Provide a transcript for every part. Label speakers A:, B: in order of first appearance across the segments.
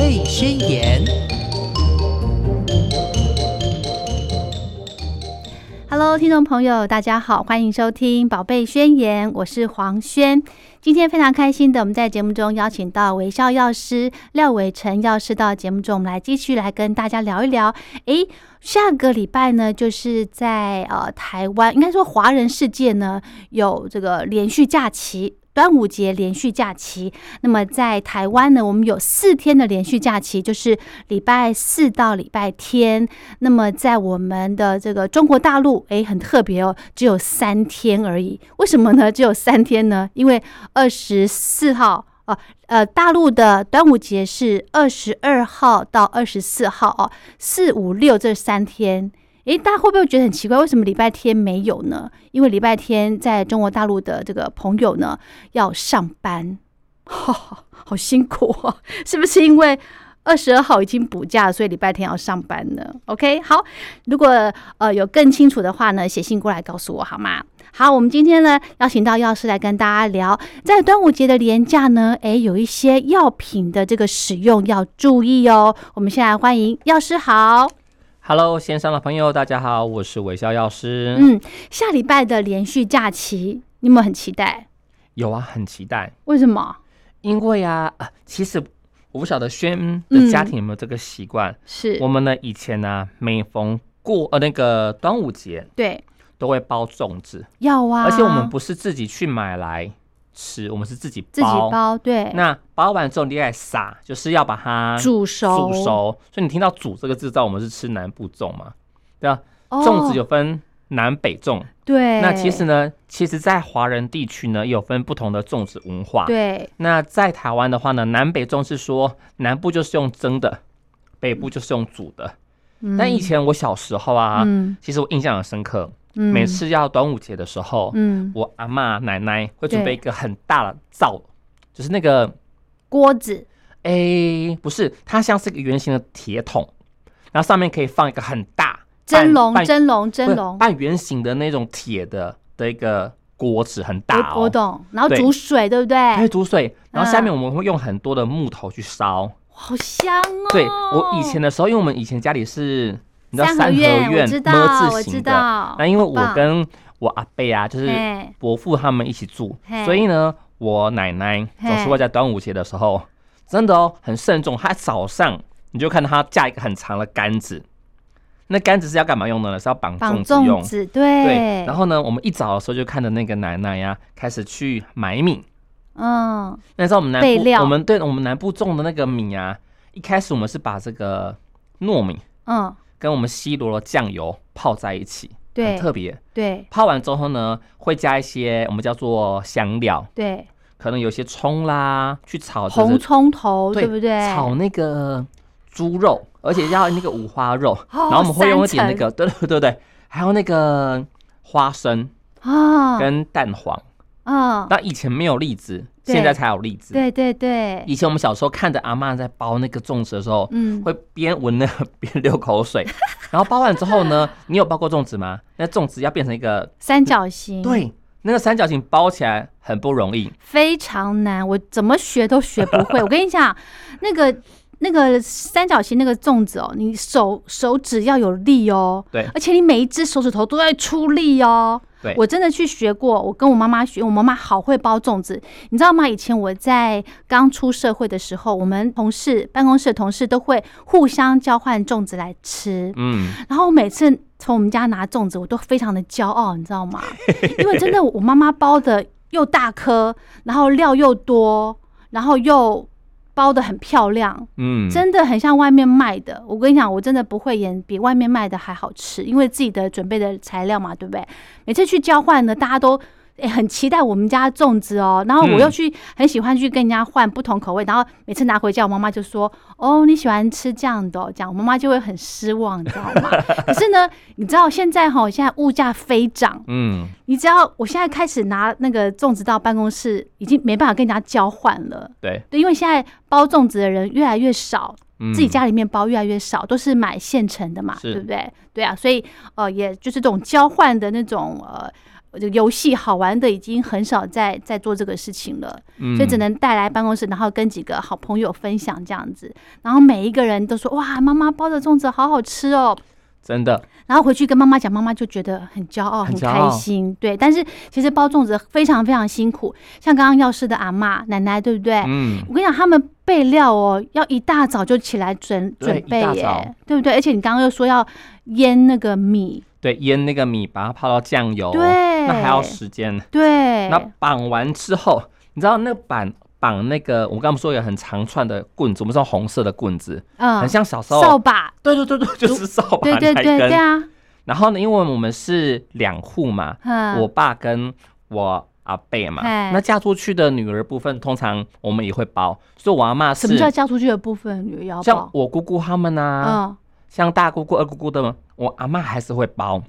A: 类宣言。
B: Hello，听众朋友，大家好，欢迎收听《宝贝宣言》，我是黄轩。今天非常开心的，我们在节目中邀请到微笑药师廖伟成药师到节目中，我们来继续来跟大家聊一聊。诶，下个礼拜呢，就是在呃台湾，应该说华人世界呢有这个连续假期。端午节连续假期，那么在台湾呢，我们有四天的连续假期，就是礼拜四到礼拜天。那么在我们的这个中国大陆，诶，很特别哦，只有三天而已。为什么呢？只有三天呢？因为二十四号，哦，呃，大陆的端午节是二十二号到二十四号哦，四五六这三天。诶，大家会不会觉得很奇怪？为什么礼拜天没有呢？因为礼拜天在中国大陆的这个朋友呢要上班， 好辛苦哦，是不是因为二十二号已经补假，所以礼拜天要上班呢？OK，好，如果呃有更清楚的话呢，写信过来告诉我好吗？好，我们今天呢邀请到药师来跟大家聊，在端午节的廉价呢，诶，有一些药品的这个使用要注意哦。我们先来欢迎药师好。
C: Hello，线上的朋友，大家好，我是微笑药师。
B: 嗯，下礼拜的连续假期，你有没有很期待？
C: 有啊，很期待，
B: 为什么？
C: 因为啊，啊其实我不晓得轩的家庭有没有这个习惯。
B: 嗯是
C: 我们呢，以前呢、每逢过呃那个端午节
B: 对
C: 都会包粽子，
B: 要啊，
C: 而且我们不是自己去买来吃，我们是自己包。
B: 自己包，对，
C: 那包完之后，你再撒，就是要把它
B: 煮熟，
C: 煮熟。
B: 哦
C: 所以你听到“煮”这个字，知道我们是吃南部粽嘛？对啊，
B: 哦，
C: 粽子有分南北粽。
B: 对，
C: 那其实呢，其实，在华人地区呢，有分不同的粽子文化。
B: 对
C: 那在台湾的话呢，南北粽是说南部就是用蒸的，北部就是用煮的。但以前我小时候啊，
B: 嗯
C: 其实我印象很深刻，
B: 嗯
C: 每次要端午节的时候，
B: 嗯
C: 我阿嬷奶奶会准
B: 对
C: 备一个很大的灶，就是那个
B: 锅子
C: 诶，不是，它像是一个圆形的铁桶，然后上面可以放一个很大
B: 蒸笼
C: 半半
B: 蒸笼蒸
C: 不是
B: 笼，
C: 半圆形的那种铁的的一个锅子，很大
B: 我
C: 哦
B: 我。懂，然后
C: 对
B: 煮水，对不对？
C: 它会煮水，然后下面
B: 嗯
C: 我们会用很多的木头去烧。
B: 好香哦！
C: 对我以前的时候，因为我们以前家里是你知道
B: 三合
C: 三合
B: 院
C: 院
B: 我知道
C: 么
B: 我
C: 字
B: 知
C: 形
B: 道
C: 的，那因为
B: 棒
C: 我跟我阿伯啊，就是
B: 嘿
C: 伯父他们一起住
B: 嘿，
C: 所以呢，我奶奶总是会在端午节的时候，真的哦很慎重，她早上你就看到她架一个很长的杆子。那杆子是要干嘛用的呢？是要绑粽
B: 绑
C: 子用
B: 粽。子，对，
C: 对，然
B: 后
C: 后呢，我们一早的时候就看着那个奶奶呀、开始去买米，
B: 嗯，
C: 那时候我们南
B: 备
C: 部，
B: 料
C: 我们对我们南部种的那个米啊，一开始我们是把这个糯米
B: 嗯，
C: 跟我们西罗的酱油泡在一起，
B: 对
C: 很特别。
B: 对
C: 泡完之后呢，会加一些我们叫做香料，
B: 对，
C: 可能有一些葱啦，去炒这个
B: 红葱头，对不对？
C: 炒那个猪肉，而且要那个五花肉，
B: 哦
C: 然后我们会用一点
B: 三
C: 那个，对对对对，还有那个花生
B: 啊，
C: 跟蛋黄。
B: 嗯，
C: 那以前没有栗子，
B: 对
C: 现在才有栗子。
B: 对对对，
C: 以前我们小时候看着阿嬷在包那个粽子的时候，
B: 嗯，
C: 会边闻那个 边流口水。 然后包完之后呢，你有包过粽子吗？那粽子要变成一个
B: 三角形，，
C: 对，那个三角形包起来很不容易。
B: 非常难，我怎么学都学不会。我跟你讲， 那个那个三角形那个粽子哦，你手手指要有力哦，
C: 对
B: 而且你每一只手指头都在出力哦。
C: 对
B: 我真的去学过，我跟我妈妈学，我妈妈好会包粽子，你知道吗？以前我在刚出社会的时候，我们同事办公室的同事都会互相交换粽子来吃，
C: 嗯，
B: 然后我每次从我们家拿粽子，我都非常的骄傲，你知道吗？因为真的我妈妈包的又大颗，然后料又多，然后又包的很漂亮，
C: 嗯，
B: 真的很像外面卖的。我跟你讲，我真的不会演，比外面卖的还好吃，因为自己的准备的材料嘛，对不对？每次去交换呢，大家都。诶很期待我们家的粽子哦，然后我又去、很喜欢去跟人家换不同口味，然后每次拿回家，我妈妈就说：“哦，你喜欢吃这样的、哦，这样。”我妈妈就会很失望，你知道吗？可是呢，你知道现在哈、现在物价飞涨，
C: 嗯，
B: 你只要我现在开始拿那个粽子到办公室，已经没办法跟人家交换了。
C: 对，
B: 对，因为现在包粽子的人越来越少，
C: 嗯
B: 自己家里面包越来越少，都是买现成的嘛，
C: 是
B: 对不对？对啊，所以呃，也就是这种交换的那种呃就游戏好玩的已经很少在在做这个事情了，
C: 嗯
B: 所以只能带来办公室，然后跟几个好朋友分享这样子。然后每一个人都说：“哇，妈妈包的粽子好好吃哦！”
C: 真的
B: 然后回去跟妈妈讲，妈妈就觉得很骄傲、
C: 很
B: 很
C: 骄傲
B: 开心。对，但是其实包粽子非常非常辛苦，像刚刚药师的阿嬷、奶奶，对不对？
C: 嗯，
B: 我跟你讲，他们备料哦，要一大早就起来准
C: 对
B: 准备
C: 一大早哦
B: 耶，对不对？而且你刚刚又说要腌那个米，
C: 对，腌那个米，把它泡到酱油，
B: 对
C: 那还要时间。
B: 对，
C: 那绑完之后，你知道那个绑绑那个，我刚刚不是说有很长串的棍子，我们是用红色的棍子，很
B: 嗯，
C: 像小时
B: 扫
C: 候，
B: 把，
C: 对对对对，就是扫把
B: 对
C: 那
B: 对
C: 一
B: 对对
C: 根。
B: 啊，
C: 然后呢，因为我们是两户嘛，
B: 嗯，
C: 我爸跟我阿伯嘛，
B: 嘿
C: 那嫁出去的女儿部分，通常我们也会包，所以我阿妈
B: 什么叫
C: 是
B: 嫁出去的部分女腰
C: 像
B: 包？
C: 我姑姑他们啊，
B: 嗯，
C: 像大姑姑、二姑姑的，我阿妈还是会包，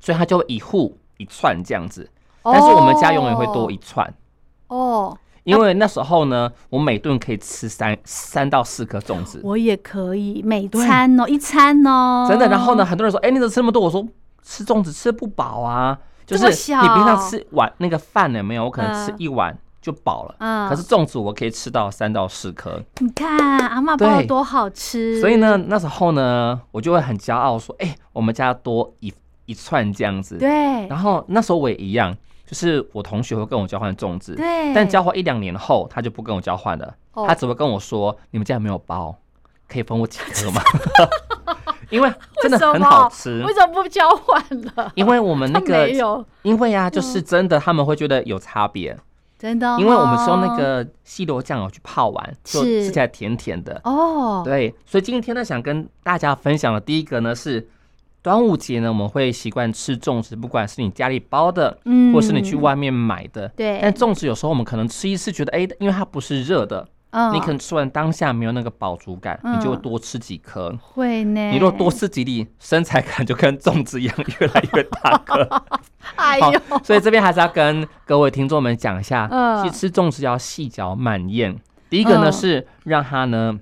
C: 所以她就会一户一串这样子。但是我们家永远会多一串，
B: 哦，
C: 因为那时候呢，我每顿可以吃三三到四颗粽子，
B: 我也可以每
C: 对
B: 餐哦，一餐哦，
C: 真的。然后呢，？很多人说：“哎、你怎么吃那么多？”我说：“吃粽子吃不饱啊，就
B: 这
C: 是
B: 么
C: 你
B: 小
C: 平常吃碗那个饭有没有？我可能吃
B: 嗯
C: 一碗就饱了，
B: 嗯
C: 可是粽子我可以吃到三到四颗。
B: 你看阿嬷包的
C: 对
B: 多好吃，
C: 所以，呢，那时候呢，我就会很骄傲说：“哎、我们家多一一串这样子。”
B: 对
C: 然后那时候我也一样，就是我同学会跟我交换粽子，
B: 对，
C: 但交换一两年后，他就不跟我交换了，
B: 哦
C: 他只会跟我说：“你们家有没有包？可以分我几 颗吗？”因为真的
B: 为什
C: 很
B: 么
C: 好吃
B: 为，什么不交换了？
C: 因为我们那
B: 他
C: 个
B: 没，有，嗯
C: 因为啊，就是真的他们会觉得有差别，
B: 真的哦，
C: 因为我们是用那个西罗酱哦油去泡完，就是吃起来甜甜的。
B: 哦，
C: 对，所以今天呢，想跟大家分享的第一个呢是端午节呢，我们会习惯吃粽子，不管是你家里包的，
B: 嗯
C: 或是你去外面买的。
B: 对
C: 但粽子有时候我们可能吃一次觉得，哎、因为它不是热的，
B: 嗯，
C: 你可能吃完当下没有那个饱足感，你就会
B: 嗯
C: 多吃几颗。
B: 会呢，
C: 你如果多吃几粒，身材可能就跟粽子一样越来越大颗。
B: 哎
C: 好
B: 呦，
C: 所以这边还是要跟各位听众们讲一下，
B: 嗯
C: 其实吃粽子要细嚼慢咽。第一个呢、
B: 嗯
C: 是让它呢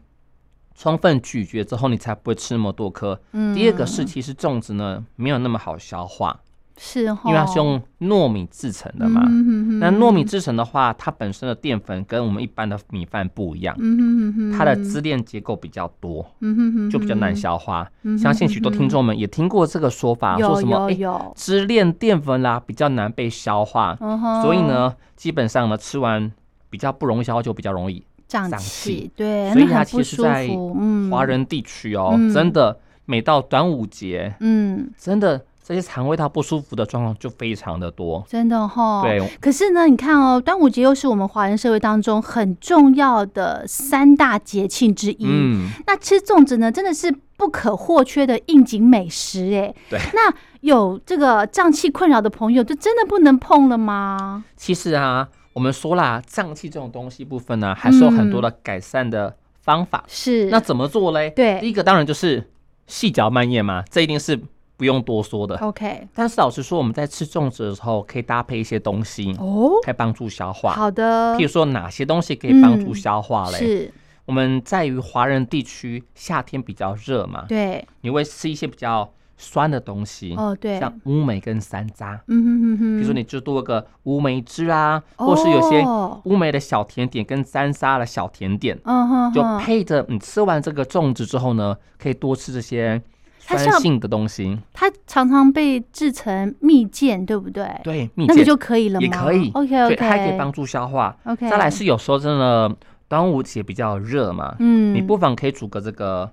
C: 充分咀嚼之后，你才不会吃那么多颗。
B: 嗯
C: 第二个是，其实粽子呢没有那么好消化，
B: 是哦，
C: 因为它是用糯米制成的嘛。
B: 嗯
C: 那糯米，制成的话，它本身的淀粉跟我们一般的米饭不一样，
B: 嗯哼
C: 它的支链结构比较多，
B: 嗯哼哼
C: 就比较难消化。
B: 嗯哼
C: 相信许多听众们也听过这个说法，说
B: 有
C: 什么
B: 有
C: 诶
B: 有，
C: 支链淀粉啦比较难被消化，
B: 嗯哼
C: 所以，呢，基本上呢吃完比较不容易消化，就比较容易。
B: 胀
C: 胀
B: 气
C: 气，
B: 对，
C: 所以
B: 那
C: 它
B: 很
C: 其
B: 不
C: 实
B: 舒
C: 在
B: 服，嗯，
C: 华，人地区哦，
B: 嗯
C: 真的每到端午节，
B: 嗯，
C: 真的这些肠胃道不舒服的状况就非常的多。
B: 真的哈，。
C: 对，
B: 可是呢，你看哦，端午节又是我们华人社会当中很重要的三大节庆之一。
C: 嗯，
B: 那吃粽子呢，真的是不可或缺的应景美食哎。
C: 对。
B: 那有这个胀气困扰的朋友，就真的不能碰了吗？
C: 其实啊，我们说啦，胀气这种东西部分呢、还是有很多的改善的方法。
B: 是。
C: 那怎么做嘞？
B: 嗯对
C: 第一个当然就是细嚼慢咽嘛，这一定是不用多说的。
B: OK
C: 但是老实说，我们在吃粽子的时候，可以搭配一些东西，
B: 哦，
C: 来帮助消化。
B: 好的
C: 譬如，说，哪些东西可以帮助
B: 嗯
C: 消化嘞？
B: 是
C: 我们在于华人地区，夏天比较热嘛，
B: 对
C: 你会吃一些比较酸的东西，
B: 哦对，
C: 嗯像乌梅跟山楂。
B: 嗯哼哼哼，
C: 比如说，你就多个乌梅汁啊，或是有些
B: 哦
C: 乌梅的小甜点跟山楂的小甜点，
B: 嗯哼
C: 就
B: 哼，
C: 配着你吃完这个粽子之后呢，可以多吃这些
B: 它
C: 酸
B: 像
C: 性的东西，
B: 它常常被制成蜜饯，对不对？
C: 对，蜜
B: 那个
C: 饯
B: 就可以了吗？
C: 也可以
B: OK
C: 对，
B: OK，
C: 它还可以帮助消化。
B: OK。
C: 再来，是有时候真的端午节比较热嘛，
B: 嗯，
C: 你不妨可以煮个这个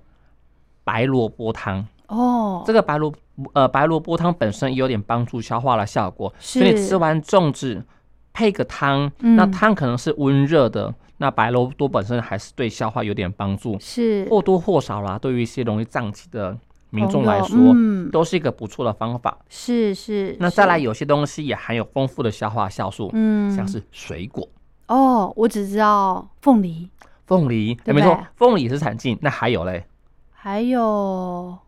C: 白萝卜汤。
B: 哦，
C: 这个白萝呃白萝卜汤本身也有点帮助消化的效果，所以你
B: 是
C: 吃完粽子配个汤，
B: 嗯
C: 那汤可能是温热的，那白萝卜本身还是对消化有点帮助，
B: 是
C: 或多或少啦，对于一些容易胀气的民众来说
B: 朋友，嗯，
C: 都是一个不错的方法。
B: 是是。
C: 那再来，
B: 是，
C: 有些东西也含有丰富的消化酵素，
B: 嗯，
C: 像是水果。
B: 哦，我只知道凤梨，
C: 凤梨，
B: 对
C: 没
B: 不
C: 错
B: 对，
C: 凤梨也是产净。那还有嘞，
B: 还有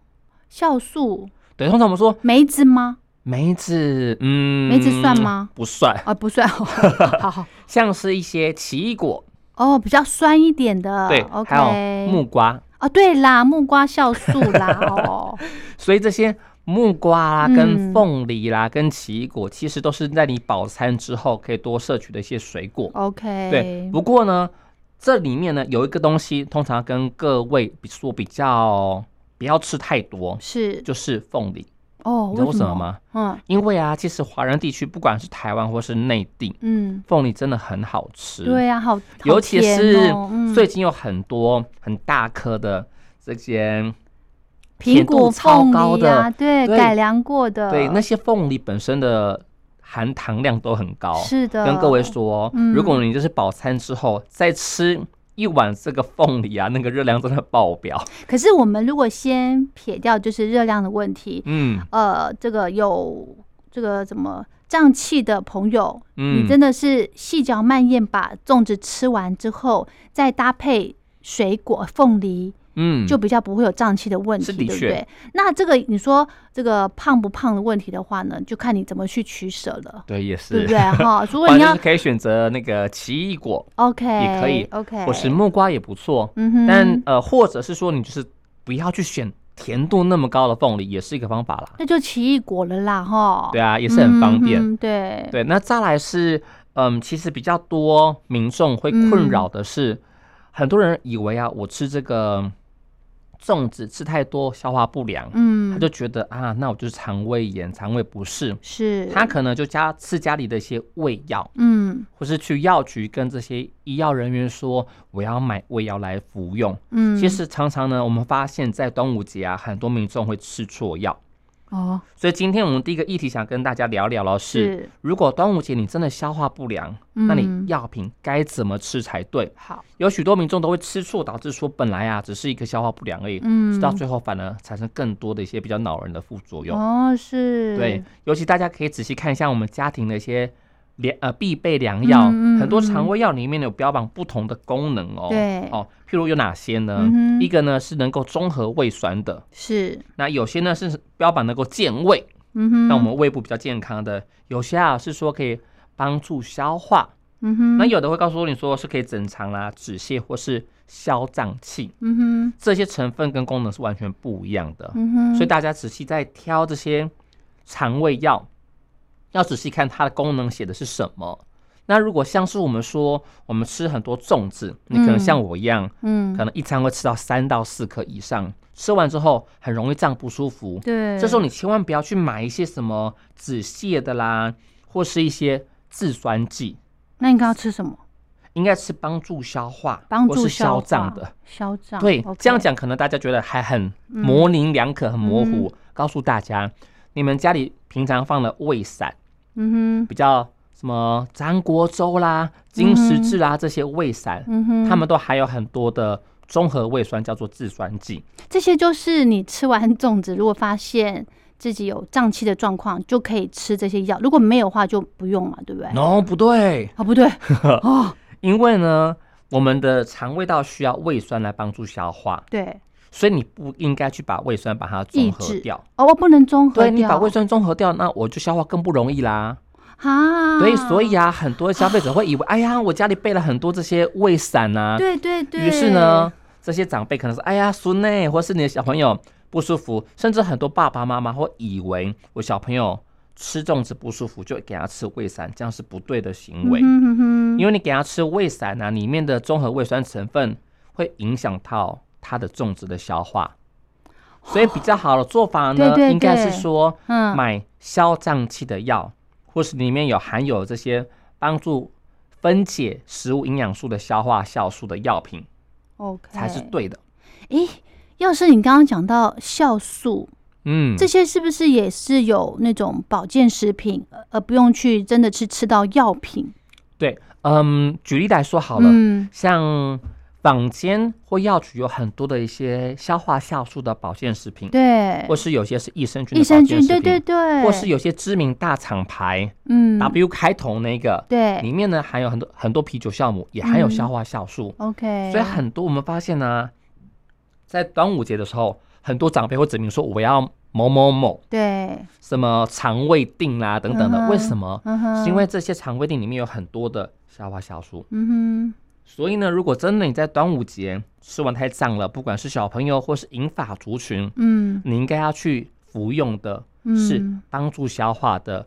B: 酵素、
C: 对，通常我们说
B: 梅子吗？
C: 梅子，嗯，
B: 梅子算吗？
C: 不算，
B: 啊，不算， 好好
C: 像是一些奇异果，
B: 哦，比较酸一点的，
C: 对
B: 啊，OK，
C: 还有木瓜，
B: 哦，对啦，木瓜酵素啦，哦，
C: 所以这些木瓜啦、
B: 嗯
C: 跟凤梨啦、跟奇异果，其实都是在你饱餐之后可以多摄取的一些水果。
B: 哦，OK，
C: 对，，不过呢，这里面呢有一个东西，通常跟各位比说比较不要吃太多，
B: 是
C: 就是凤梨。
B: 哦，
C: 你知道为什
B: 什
C: 么？吗？
B: 嗯
C: 因为啊，其实华人地区不管是台湾或是内地，
B: 嗯，
C: 凤梨真的很好吃。
B: 对啊，好，好
C: 尤其
B: 甜
C: 是
B: 哦嗯
C: 最近有很多很大颗的这些，
B: 苹
C: 甜度
B: 果
C: 超
B: 凤
C: 高
B: 梨啊，对，
C: 对
B: 改良过的，
C: 对那些凤梨本身的含糖量都很高。
B: 是的，
C: 跟各位说，
B: 嗯
C: 如果你就是饱餐之后再吃一碗这个凤梨啊，那个热量真的爆表。
B: 可是我们如果先撇掉就是热量的问题，
C: 嗯
B: 呃，这个有这个怎么胀气的朋友，
C: 嗯，
B: 你真的是细嚼慢咽把粽子吃完之后，再搭配水果凤梨，
C: 嗯
B: 就比较不会有胀气的问题，
C: 是
B: 对
C: 的
B: 不
C: 确
B: 对？那这个你说这个胖不胖的问题的话呢，就看你怎么去取舍了，
C: 对也
B: 对
C: 是
B: 不对。 哈？如果
C: 反
B: 你
C: 正
B: 要
C: 是可以选择那个奇异果，
B: OK，
C: 也可以
B: OK，
C: 或是木瓜也不错。
B: 嗯哼，
C: 但呃，或者是说你就是不要去选甜度那么高的凤梨，也是一个方法啦。
B: 那就奇异果了啦，哈，
C: 对
B: 啊，
C: 啊，也是很方便。
B: 嗯哼对，
C: 对，那再来是，嗯，其实比较多民众会困
B: 嗯
C: 扰的是，很多人以为啊，我吃这个粽子吃太多消化不良，他
B: 嗯，
C: 就觉得啊，那我就是肠胃炎、肠胃不适，
B: 是
C: 他可能就家吃家里的一些胃药，
B: 嗯
C: 或是去药局跟这些医药人员说我要买胃药来服用。
B: 嗯，
C: 其实常常呢，我们发现，在端午节啊，很多民众会吃错药。
B: 哦
C: 所以今天我们第一个议题想跟大家聊聊了是
B: 是，
C: 如果端午节你真的消化不良，那
B: 嗯
C: 你药品该怎么吃才对？
B: 好，
C: 有许多民众都会吃醋，导致说本来啊只是一个消化不良而已，
B: 嗯，
C: 到最后反而产生更多的一些比较恼人的副作用。
B: 哦是，
C: 对，，尤其大家可以仔细看一下我们家庭的一些良呃必备良药，
B: 嗯嗯
C: 很多
B: 嗯
C: 肠胃药里面有标榜不同的功能哦。
B: 对
C: 哦，譬如有哪些呢？
B: 嗯哼
C: 一个呢是能够中和胃酸的，
B: 是，
C: 那有些呢是标榜能够健胃，
B: 嗯哼，
C: 让我们胃部比较健康的；有些啊是说可以帮助消化，
B: 嗯哼，
C: 那有的会告诉你说是可以整肠啦、止泻或是消胀气，
B: 嗯哼，
C: 这些成分跟功能是完全不一样的。
B: 嗯哼，
C: 所以大家仔细在挑这些肠胃药，要仔细看它的功能写的是什么。那如果像是我们说，我们吃很多粽子，你可能
B: 嗯
C: 像我一样，
B: 嗯
C: 可能一餐会吃到三到四颗以上，吃完之后很容易胀不舒服。
B: 对，
C: 这时候你千万不要去买一些什么止泻的啦，或是一些制酸剂，
B: 那你刚刚吃什么？
C: 应该是帮助消化、
B: 帮
C: 或
B: 助
C: 是消
B: 消
C: 胀
B: 化
C: 的。，
B: 消胀，
C: 对
B: OK
C: 这样，讲可能大家觉得还很模棱两可、很模
B: 嗯
C: 糊。告诉大家，你们家里平常放的胃散，
B: 嗯哼，
C: 比较什么张国粥啦、金石治啦、这些胃散，
B: 嗯哼，
C: 它们都含有很多的综合胃酸，叫做制酸剂。
B: 这些就是你吃完粽子，如果发现自己有胀气的状况，就可以吃这些药；如果没有的话，就不用嘛，对不对？
C: no，不对，
B: 啊，不对，哦，
C: 因为呢，我们的肠胃道需要胃酸来帮助消化，
B: 对，
C: 所以你不应该去把胃酸把它
B: 抑
C: 综合
B: 制
C: 掉。
B: 哦，我不能综合
C: 对
B: 掉。
C: 你把胃酸综合掉，那我就消化更不容易啦。
B: 啊，
C: 对，所以啊，很多消费者会以为，哎呀，我家里备了很多这些胃散啊。
B: 对对对，
C: 于是呢，，这些长辈可能说，哎呀，孙内，或是你的小朋友不舒服，甚至很多爸爸妈妈会以为我小朋友吃粽子不舒服，就给他吃胃散，这样是不对的行为。
B: 嗯哼哼哼
C: 因为你给他吃胃散啊，里面的综合胃酸成分会影响到他的粽子的消化。所以比较好的做法呢，
B: 哦对对
C: 应该是
B: 对
C: 说，
B: 嗯，
C: 买消胀气的药，或是里面有含有这些帮助分解食物营养素的消化酵素的药品
B: OK
C: 才是。对
B: 哎
C: 的。
B: 诶，要是你刚刚讲到酵素，
C: 嗯，
B: 这些是不是也是有那种保健食品，呃而不用去真的去吃到药品？
C: 对，嗯，举例来说好了，
B: 嗯
C: 像坊间或药局有很多的一些消化酵素的保健食品，
B: 对，
C: 或是有些是益生菌
B: 益
C: 的保
B: 生
C: 健
B: 菌，
C: 食
B: 对
C: 品，
B: 对对，
C: 或是有些知名大厂牌、
B: 嗯
C: W 开头那个，
B: 对
C: 里面呢含有很多很多啤酒酵母，也含有
B: 嗯
C: 消化酵素。
B: ，OK，
C: 所以很多我们发现呢、在端午节的时候，很多长辈会指明说我要某某某
B: 对，
C: 什么肠胃定啦、等等的，
B: 嗯哼
C: 为什么？
B: 嗯哼，
C: 是因为这些肠胃定里面有很多的消化酵素，
B: 嗯
C: 所以呢，如果真的你在端午节吃完太胀了，不管是小朋友或是银发族群
B: 哼，，嗯
C: 你应该要去。服用的
B: 嗯
C: 是帮助消化的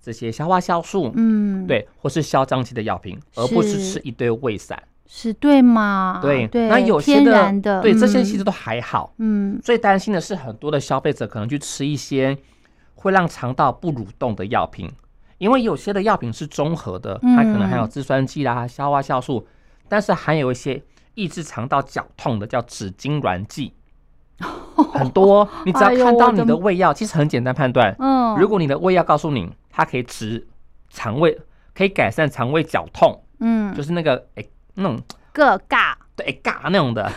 C: 这些消化酵素，
B: 嗯，，
C: 对，或是消胀气的药品，而不是
B: 是
C: 吃一堆胃散。
B: 是对嘛？
C: 对，
B: 对，
C: 那有些
B: 天然
C: 的
B: 的，
C: 对这些
B: 嗯
C: 其实都还好。
B: 嗯
C: 最担心的是，很多的消费者可能去吃一些会让肠道不蠕动的药品，因为有些的药品是综合的，它可能含有
B: 嗯
C: 制酸剂啦、消化酵素，但是含有一些抑制肠道绞痛的叫止痉 挛剂，很多。你只要
B: 哎呦
C: 看到
B: 我
C: 你
B: 的
C: 的胃药，其实很简单判断，
B: 嗯，
C: 如果你的胃药告诉你它可以止肠胃，可以改善肠胃绞痛，
B: 嗯
C: 就是那个哎那种
B: 个尬，
C: 对嘎那种 的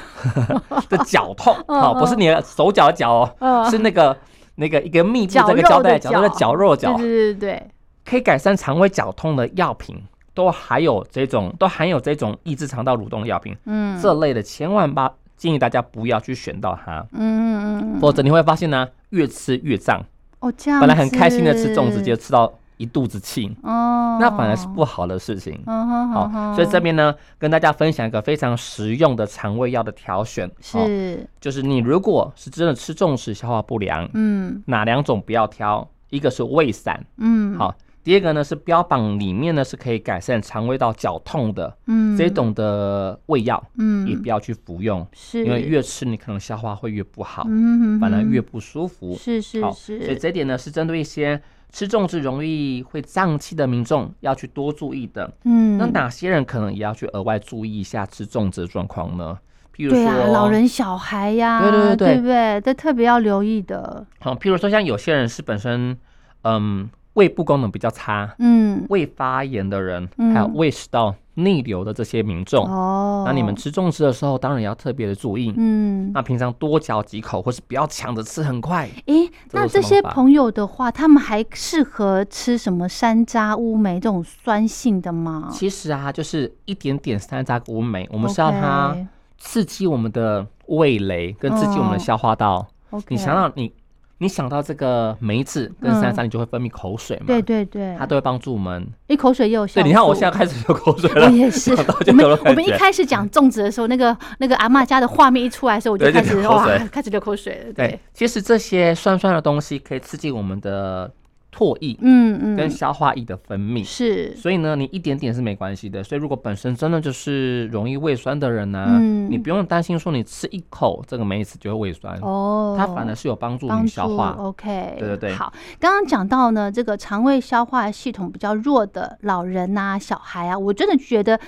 C: 的绞痛
B: 嗯
C: 哦，不是
B: 嗯
C: 你的手脚的绞哦，
B: 呃
C: 是那个那个一个密布
B: 绞
C: 这个
B: 肉
C: 胶
B: 的
C: 带绞那个
B: 绞
C: 绞肉的绞
B: 对，对对对，
C: 可以改善肠胃绞痛的药品，都含有这种都含有这种抑制肠道蠕动的药品，
B: 嗯，
C: 这类的千万吧建议大家不要去选到它，
B: 嗯嗯嗯嗯，
C: 否则你会发现呢越吃越胀，
B: 哦这样，
C: 本来很开心的吃粽子，结果，吃到一肚子气，
B: 哦，
C: 那反而是不好的事情。
B: 嗯哼，
C: 好、
B: 好好，
C: 所以这边呢，跟大家分享一个非常实用的肠胃药的挑选。哦
B: 是
C: 就是你如果是真的吃重视消化不良，
B: 嗯
C: 哪两种不要挑？一个是胃散，
B: 嗯
C: 好、第二个呢是标榜里面呢是可以改善肠胃道绞痛的、
B: 嗯
C: 这种的胃药，
B: 嗯
C: 也不要去服用，
B: 是
C: 因为越吃你可能消化会越不好，
B: 嗯
C: 反而越
B: 嗯
C: 不舒服。
B: 是是
C: 好所以
B: 是
C: 这一点呢是针对一些吃重是容易会胀气的民众要去多注意的。
B: 嗯
C: 那哪些人可能也要去额外注意一下吃粽子的状况呢？譬如说，
B: 对啊，老人、小孩呀，
C: 对对对对
B: 对不对？这特别要留意的，
C: 好，譬如说像有些人是本身，嗯，胃部功能比较差、
B: 嗯
C: 胃发炎的人，还有
B: 嗯
C: 胃食道逆流的这些民众，
B: 哦，
C: 那你们吃粽子的时候，当然也要特别的注意。
B: 嗯。
C: 那平常多嚼几口，或是不要抢着吃，很快。
B: 诶，
C: 这
B: 那
C: 都是
B: 这些
C: 方法
B: 朋友的话，他们还适合吃什么山楂、乌梅这种酸性的吗？
C: 其实啊，就是一点点山楂跟乌梅，我们是要它刺激我们的味蕾，跟刺激我们的
B: 哦
C: 消化道。
B: o k
C: 你想到你，你想到这个梅子跟山楂，你就会分泌口水嘛？
B: 嗯对对对，
C: 它都会帮助我们。
B: 一口水也有效。
C: 对，你看我现在。开始流口水
B: 我
C: 了。
B: 也是，
C: 想到就
B: 我们
C: 流口
B: 我们一
C: 水
B: 开始讲粽子的时候，那个那个阿嬷家的画面一出来的时候，我就
C: 对就
B: 开始
C: 流口
B: 哇
C: 水，
B: 开始流口水了。
C: 对
B: 对，，
C: 其实这些酸酸的东西可以刺激我们的唾液
B: 嗯
C: 跟
B: 嗯，
C: 消化液的分泌，
B: 是，
C: 所以呢，你一点点是没关系的。所以如果本身真的就是容易胃酸的人呢、
B: 嗯
C: 你不用担心说你吃一口这个梅子就会胃酸，
B: 哦，
C: 它反而是有帮助
B: 帮
C: 你
B: 助哦
C: 消化。
B: OK，
C: 对对对
B: 好，刚刚讲到呢，这个肠胃消化系统比较弱的老人呐、小孩啊，我真的觉得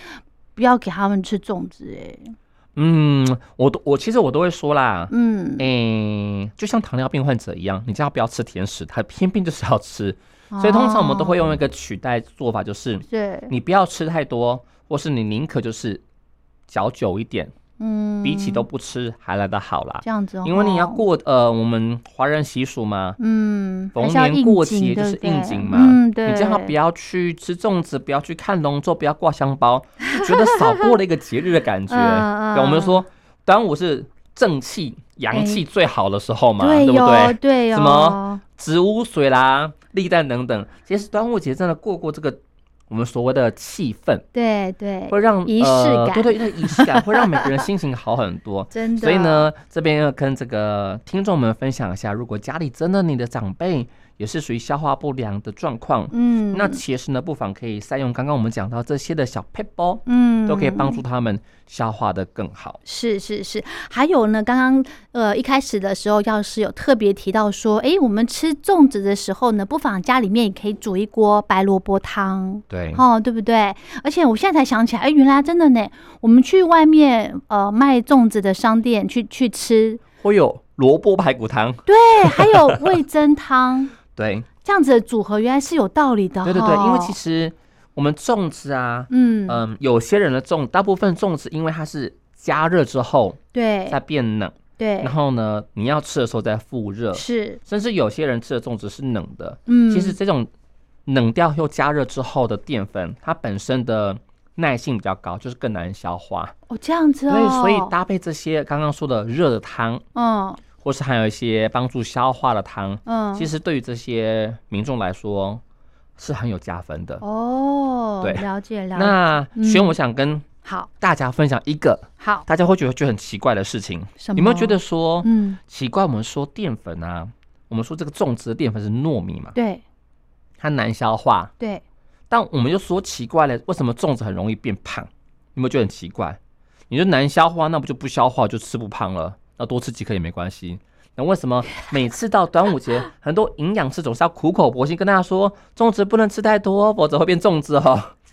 B: 不要给他们吃粽子、欸，
C: 嗯，我都我其实我都会说啦。
B: 嗯，
C: 诶、就像糖尿病患者一样，你叫他不要吃甜食，他偏偏就是要吃。哎所以通常我们都会
B: 哦
C: 用一个取代做法，就是
B: 对，
C: 你不要吃太多，或是你宁可就是嚼久一点，
B: 嗯，
C: 比起都不吃还来得好啦。
B: 这样子、哦，
C: 因为你要，过呃，我们华人习俗嘛，
B: 嗯，还
C: 逢
B: 是要
C: 年
B: 应
C: 过
B: 景
C: 节就
B: 对
C: 是
B: 不
C: 应
B: 对
C: 景嘛。
B: 嗯，对，
C: 你叫他不要去吃粽子，不要去看龙舟，不要挂香包，就觉得少过了一个节日的感觉。
B: 嗯嗯哎
C: 对我们说端午是正气阳气最好的时候嘛，
B: 对
C: 对不
B: 哟
C: 对？
B: 对哟，
C: 什么植物水啦、立蛋等等。其实端午节真的过过这个我们所谓的气氛，
B: 对对，
C: 会让
B: 仪式
C: 呃
B: 感
C: 对对对，仪式感会让每个人心情好很多。
B: 真的，
C: 所以，呢，这边要跟这个听众们分享一下，如果家里真的你的长辈也是属于消化不良的状况，
B: 嗯，
C: 那其实呢，不妨可以善用刚刚我们讲到这些的小 p e b a l
B: 嗯，
C: 都可以帮助他们消化的更好。
B: 是是是，还有呢，刚刚呃一开始的时候，要是有特别提到说，诶，我们吃粽子的时候呢，不妨家里面也可以煮一锅白萝卜汤。
C: 对，
B: 哦，对不对？而且我现在才想起来，诶，哎原来真的呢，我们去外面呃卖粽子的商店去去吃，
C: 会有萝卜排骨汤。
B: 对，还有味增汤
C: 对，
B: 这样子的组合，原来是有道理的、哦。
C: 对对对，因为其实我们粽子啊，
B: 嗯、
C: 嗯，有些人的粽，大部分粽子因为它是加热之后
B: 对
C: 再变冷，
B: 对
C: 然后呢，你要吃的时候再复热，
B: 是
C: 甚至有些人吃的粽子是冷的。
B: 嗯，
C: 其实这种冷掉又加热之后的淀粉，它本身的耐性比较高，就是更难消化。
B: 哦这样子
C: 所
B: 哦，
C: 以，所以搭配这些刚刚说的热的汤，
B: 嗯
C: 或是还有一些帮助消化的汤，
B: 嗯，
C: 其实对于这些民众来说是很有加分的。
B: 哦，
C: 对
B: 了解了解。
C: 那
B: 嗯
C: 轩，我想跟
B: 好
C: 大家分享一个
B: 好，
C: 大家会觉得觉得很奇怪的事情，
B: 什么？
C: 有没有觉得说
B: 嗯
C: 奇怪？我们说淀粉啊，我们说这个种植的淀粉是糯米嘛，
B: 对
C: 它难消化，
B: 对，
C: 但我们就说奇怪了，为什么粽子很容易变胖？你有没有觉得很奇怪？你就难消化，那不就不消化就吃不胖了？那多吃几颗也没关系。那为什么每次到端午节，很多营养师总是要苦口婆心跟大家说，粽子不能吃太多，否则会变粽子哦？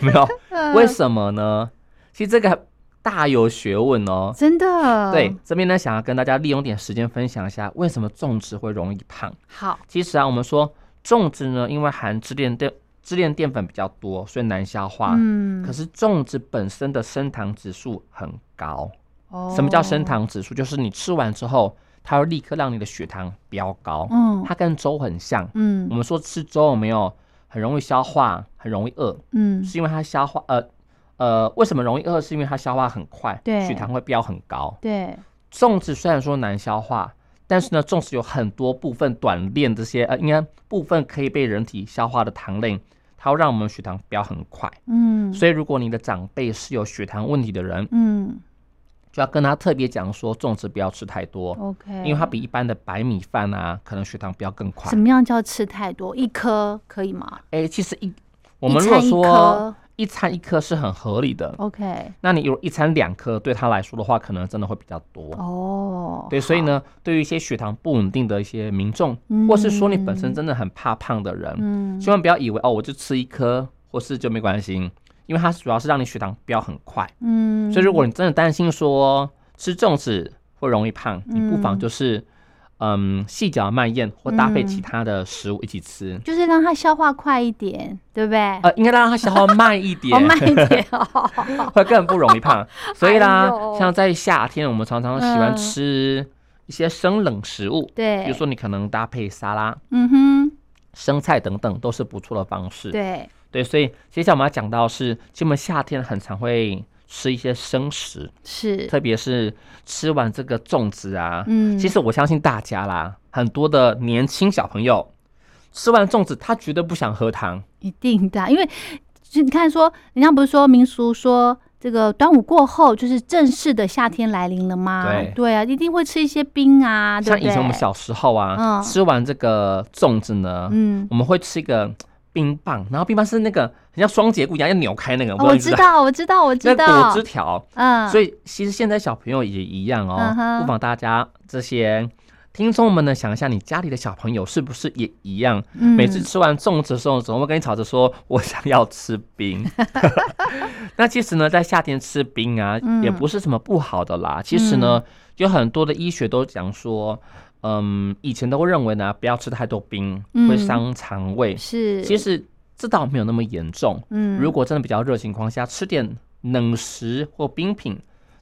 C: 没有，
B: 嗯
C: 为什么呢？其实这个大有学问哦。
B: 呃真的
C: 对，，这边呢想要跟大家利用点时间分享一下，为什么粽子会容易胖。
B: 好，
C: 其实啊，我们说粽子呢，因为含支链淀支链淀粉比较多，所以难消化。
B: 嗯
C: 啊可是粽子本身的升糖指数很高。
B: 哦
C: 什么叫升？糖指数？就是你吃完之后，它会立刻让你的血糖飙高。
B: 嗯
C: 它跟粥很像。我
B: 嗯
C: 们说吃粥有没有很容易消化，很容易饿，
B: 嗯，
C: 是因为它消化呃呃，为什么容易饿？是因为它消化很快，
B: 对
C: 血糖会飙很高。
B: 对，
C: 粽子虽然说难消化，但是呢，粽子有很多部分短链这些呃，应该部分可以被人体消化的糖类，它会让我们血糖飙很快。
B: 嗯
C: 所以，如果你的长辈是有血糖问题的人，
B: 嗯
C: 就要跟他特别讲说，粽子不要吃太多，
B: ，OK，
C: 因为它比一般的白米饭啊，可能血糖飙更快
B: 什。么样叫吃太多？一颗可以吗？
C: 哎、其实一
B: 我
C: 我们如果说一餐一颗哦是很合理的，
B: OK，
C: 那你如果一餐两颗，对他来说的话，可能真的会比较多。
B: 哦，
C: 对，所以
B: 好，
C: 呢，对于一些血糖不稳定的一些民众，
B: 嗯
C: 或是说你本身真的很怕胖的人，
B: 嗯
C: 千万不要以为哦，我就吃一颗，或是就没关系，因为它主要是让你血糖飙很快。
B: 嗯，
C: 所以如果你真的担心说吃粽子会容易胖，你不妨
B: 嗯
C: 就是嗯细嚼慢咽，或搭配其
B: 嗯
C: 他的食物一起吃。
B: 就是让它消化快一点，对不对？
C: 呃，应该让它消化慢一点，
B: 哦，慢一点哦，
C: 会更不容易胖。所以
B: 哎
C: 啦，
B: 呦
C: 像在夏天，我们常常喜
B: 嗯
C: 欢吃一些生冷食物，
B: 对，
C: 比如，说你可能搭配沙拉、
B: 嗯哼，
C: 生菜等等，都是不错的方式。
B: 对，
C: 对所以接下来我们要讲到的是，其实我们夏天很常会吃一些生食，
B: 是，
C: 特别是吃完这个粽子啊。
B: 嗯，
C: 其实我相信大家啦，很多的年轻小朋友吃完粽子，他绝对不想喝汤。
B: 一定的啊，因为就你看说，人家不是说民俗说这个端午过后就是正式的夏天来临了吗？
C: 对
B: 啊，一定会吃一些冰啊，对
C: 像
B: 不
C: 以
B: 对？
C: 前我们小时候啊，
B: 嗯
C: 吃完这个粽子呢，
B: 嗯，
C: 我们会吃一个冰棒，然后冰棒是那个很像双节棍一样要扭开那个，
B: 哦
C: 不
B: 我知
C: 知道你
B: 道，我知道，我
C: 知
B: 知
C: 道那
B: 道
C: 果，汁条。
B: 嗯，
C: 所
B: 以
C: 以其实现在小朋友也一样哦，
B: 嗯哼
C: 不妨大家这些听众们呢，想一下你家里的小朋友是不是也一样？
B: 嗯
C: 每次吃完粽子的时候，总会跟你吵着说我想要吃 冰。那其实呢，在夏天吃冰啊，
B: 嗯
C: 也不是什么不好的啦。其实呢，有很多的医学都讲说，嗯，以前都会认为呢，不要吃太多冰
B: 嗯
C: 会伤肠胃。
B: 是，
C: 其实这倒没有那么严重。
B: 嗯，
C: 如果真的比较热情况下，吃点冷食或冰品，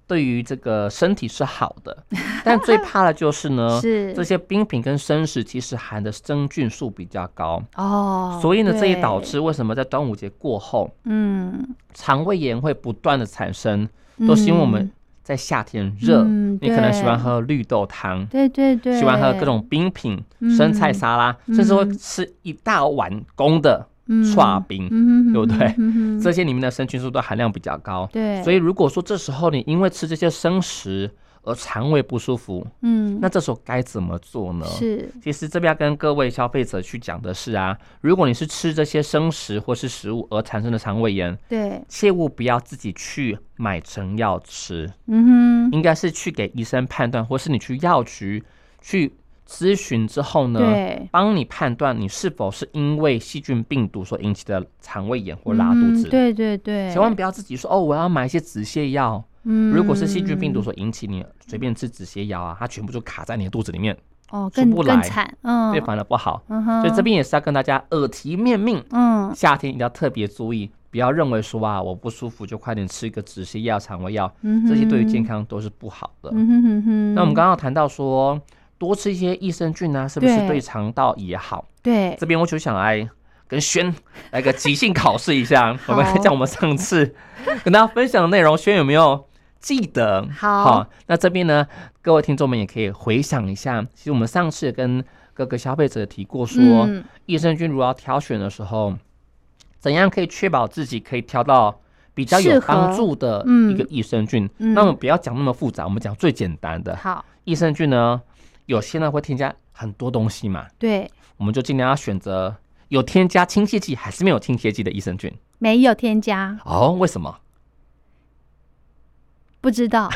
C: 对于这个身体是好 的。但最怕的就是呢，
B: 是
C: 这些冰品跟生食其实含的真菌数比较高，
B: 哦，
C: 所以呢，这也导
B: 对，
C: 致为什么在端午节过后，
B: 嗯，
C: 肠胃炎会不断的产生，都是因为我们
B: 嗯
C: 在夏天热，
B: 嗯
C: 你可能喜欢
B: 对
C: 喝绿豆汤。
B: 对对对，
C: 喜欢喝各种冰品、
B: 嗯
C: 生菜沙拉，
B: 嗯
C: 甚至会吃一大碗公的刨冰。
B: 嗯，嗯
C: 对不对？
B: 嗯嗯嗯嗯
C: 这些里面的生菌素都含量比较高。
B: 对，嗯
C: 所
B: 以
C: 以如果说这时候你因为吃这些生食而肠胃不舒服，
B: 嗯，
C: 那这时候该怎么做呢？
B: 是
C: 其实这边要跟各位消费者去讲的是啊，如果你是吃这些生食或是食物而产生的肠胃炎，
B: 对，
C: 切勿不要自己去买成药吃，
B: 嗯哼，
C: 应该是去给医生判断，或是你去药局去咨询之后呢，
B: 对。
C: 帮你判断你是否是因为细菌病毒所引起的肠胃炎或拉肚子。
B: 嗯对对对，
C: 千万不要自己说哦，我要买一些止泻药。
B: 嗯，
C: 如果是细菌病毒所引起，你随便吃止泻药啊，它全部就卡在你的肚子里面，
B: 哦，
C: 出
B: 更
C: 不
B: 更
C: 来
B: 惨，嗯，
C: 对，反而不好。
B: 嗯哼，
C: 所以这边也是要跟大家耳提面命，
B: 嗯
C: 夏天一定要特别注意，不要认为说啊我不舒服就快点吃一个止泻药、肠胃药，
B: 嗯哼，
C: 这些对于健康都是不好的。
B: 嗯哼哼哼，
C: 那我们刚刚有谈到说，多吃一些益生菌啊，是不是
B: 对
C: 对肠道也好？
B: 对，
C: 这边我就想来跟轩来个即兴考试一下 我们看一下我们上次跟大家分享的内容，轩有没有记得？
B: 好
C: 那这边呢，各位听众们也可以回想一下，其实我们上次也跟各个消费者提过说，
B: 嗯
C: 益生菌如果要挑选的时候，怎样可以确保自己可以挑到比较
B: 适
C: 有
B: 合
C: 帮助的
B: 嗯
C: 一个益生菌？
B: 嗯
C: 那我们不要讲那么复杂，我们讲最简单的
B: 好
C: 益生菌呢，有些呢会添加很多东西嘛，
B: 对，
C: 我们就尽量要选择有添加清泻剂还是没有清泻剂的益生菌。
B: 没有添加，
C: 哦，为什么？
B: 不知道。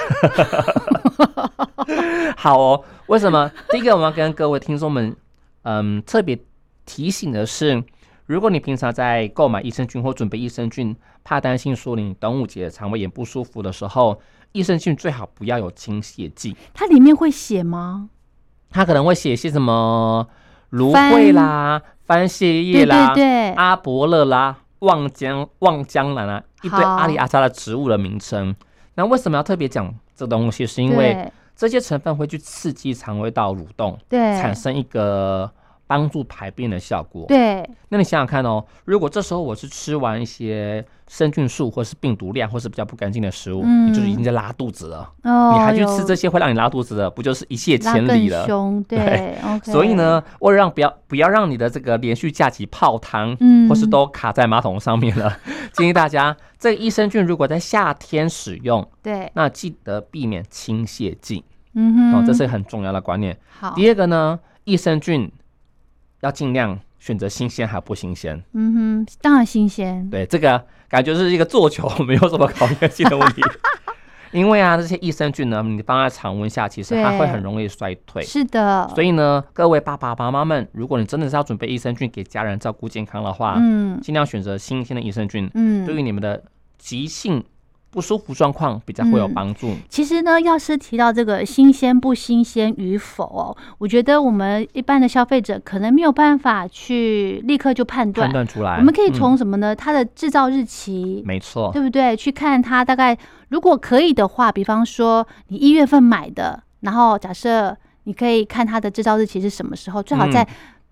C: 好哦，为什么？第一个，我们要跟各位听众们，嗯，特别提醒的是，如果你平常在购买益生菌或准备益生菌，怕担心说你端午节肠胃炎不舒服的时候，益生菌最好不要有清泻剂，
B: 它里面会写吗？
C: 它可能会写一些什么芦荟啦、番泻 叶
B: 对
C: 啦、啊
B: 对对，
C: 阿伯乐啦、望江望江兰啊，一堆
B: 好
C: 阿里阿扎的植物的名称。那为什么要特别讲这东西？是因为这些成分会去刺激肠胃道蠕动，
B: 对
C: 产生一个帮助排便的效果。
B: 哎对
C: 那你想想看哦，如果这时候我是吃完一些生菌素或是病毒量或是比较不干净的食物，
B: 嗯
C: 你就是已经在拉肚子了，
B: 对，哦，
C: 你还去吃
B: 有
C: 这些会让你拉肚子的，不就是一泻
B: 拉
C: 千里
B: 更
C: 了？
B: 凶，对，OK。
C: 所以，呢，为了让不要不要让你的这个连续假期泡汤，
B: 嗯，
C: 或是都卡在马桶上面了， 建议大家这个益生菌如果在夏天使用，
B: 对，
C: 那记得避免清泻剂
B: 嗯哼，
C: 哦，这是很重要的观念。
B: 好，
C: 第二个呢，益生菌要尽量选择新鲜还不新鲜。
B: 嗯哼，当然新鲜，
C: 对，这个啊感觉是一个做球 没有什么考验性的问 题。因为啊，这些益生菌呢，你放在常温下，其实它
B: 对
C: 会很容易衰退。
B: 是的，
C: 所以呢，各位爸爸妈妈们，如果你真的是要准备益生菌给家人照顾健康的话，
B: 嗯
C: 尽量选择新鲜的益生菌，啊对
B: 嗯，
C: 于你们的急性不舒服状况比较会
B: 嗯
C: 有帮助。
B: 其实呢，要是提到这个新鲜不新鲜与否哦，我觉得我们一般的消费者可能没有办法去立刻就判
C: 判
B: 断，
C: 断出来，
B: 我们可以
C: 嗯
B: 从什么呢？它的制造日期，
C: 没错，
B: 对不对？去看它大概，如果可以的话，比方说你一月份买的，然后假设你可以看它的制造日期是什么时候，最好在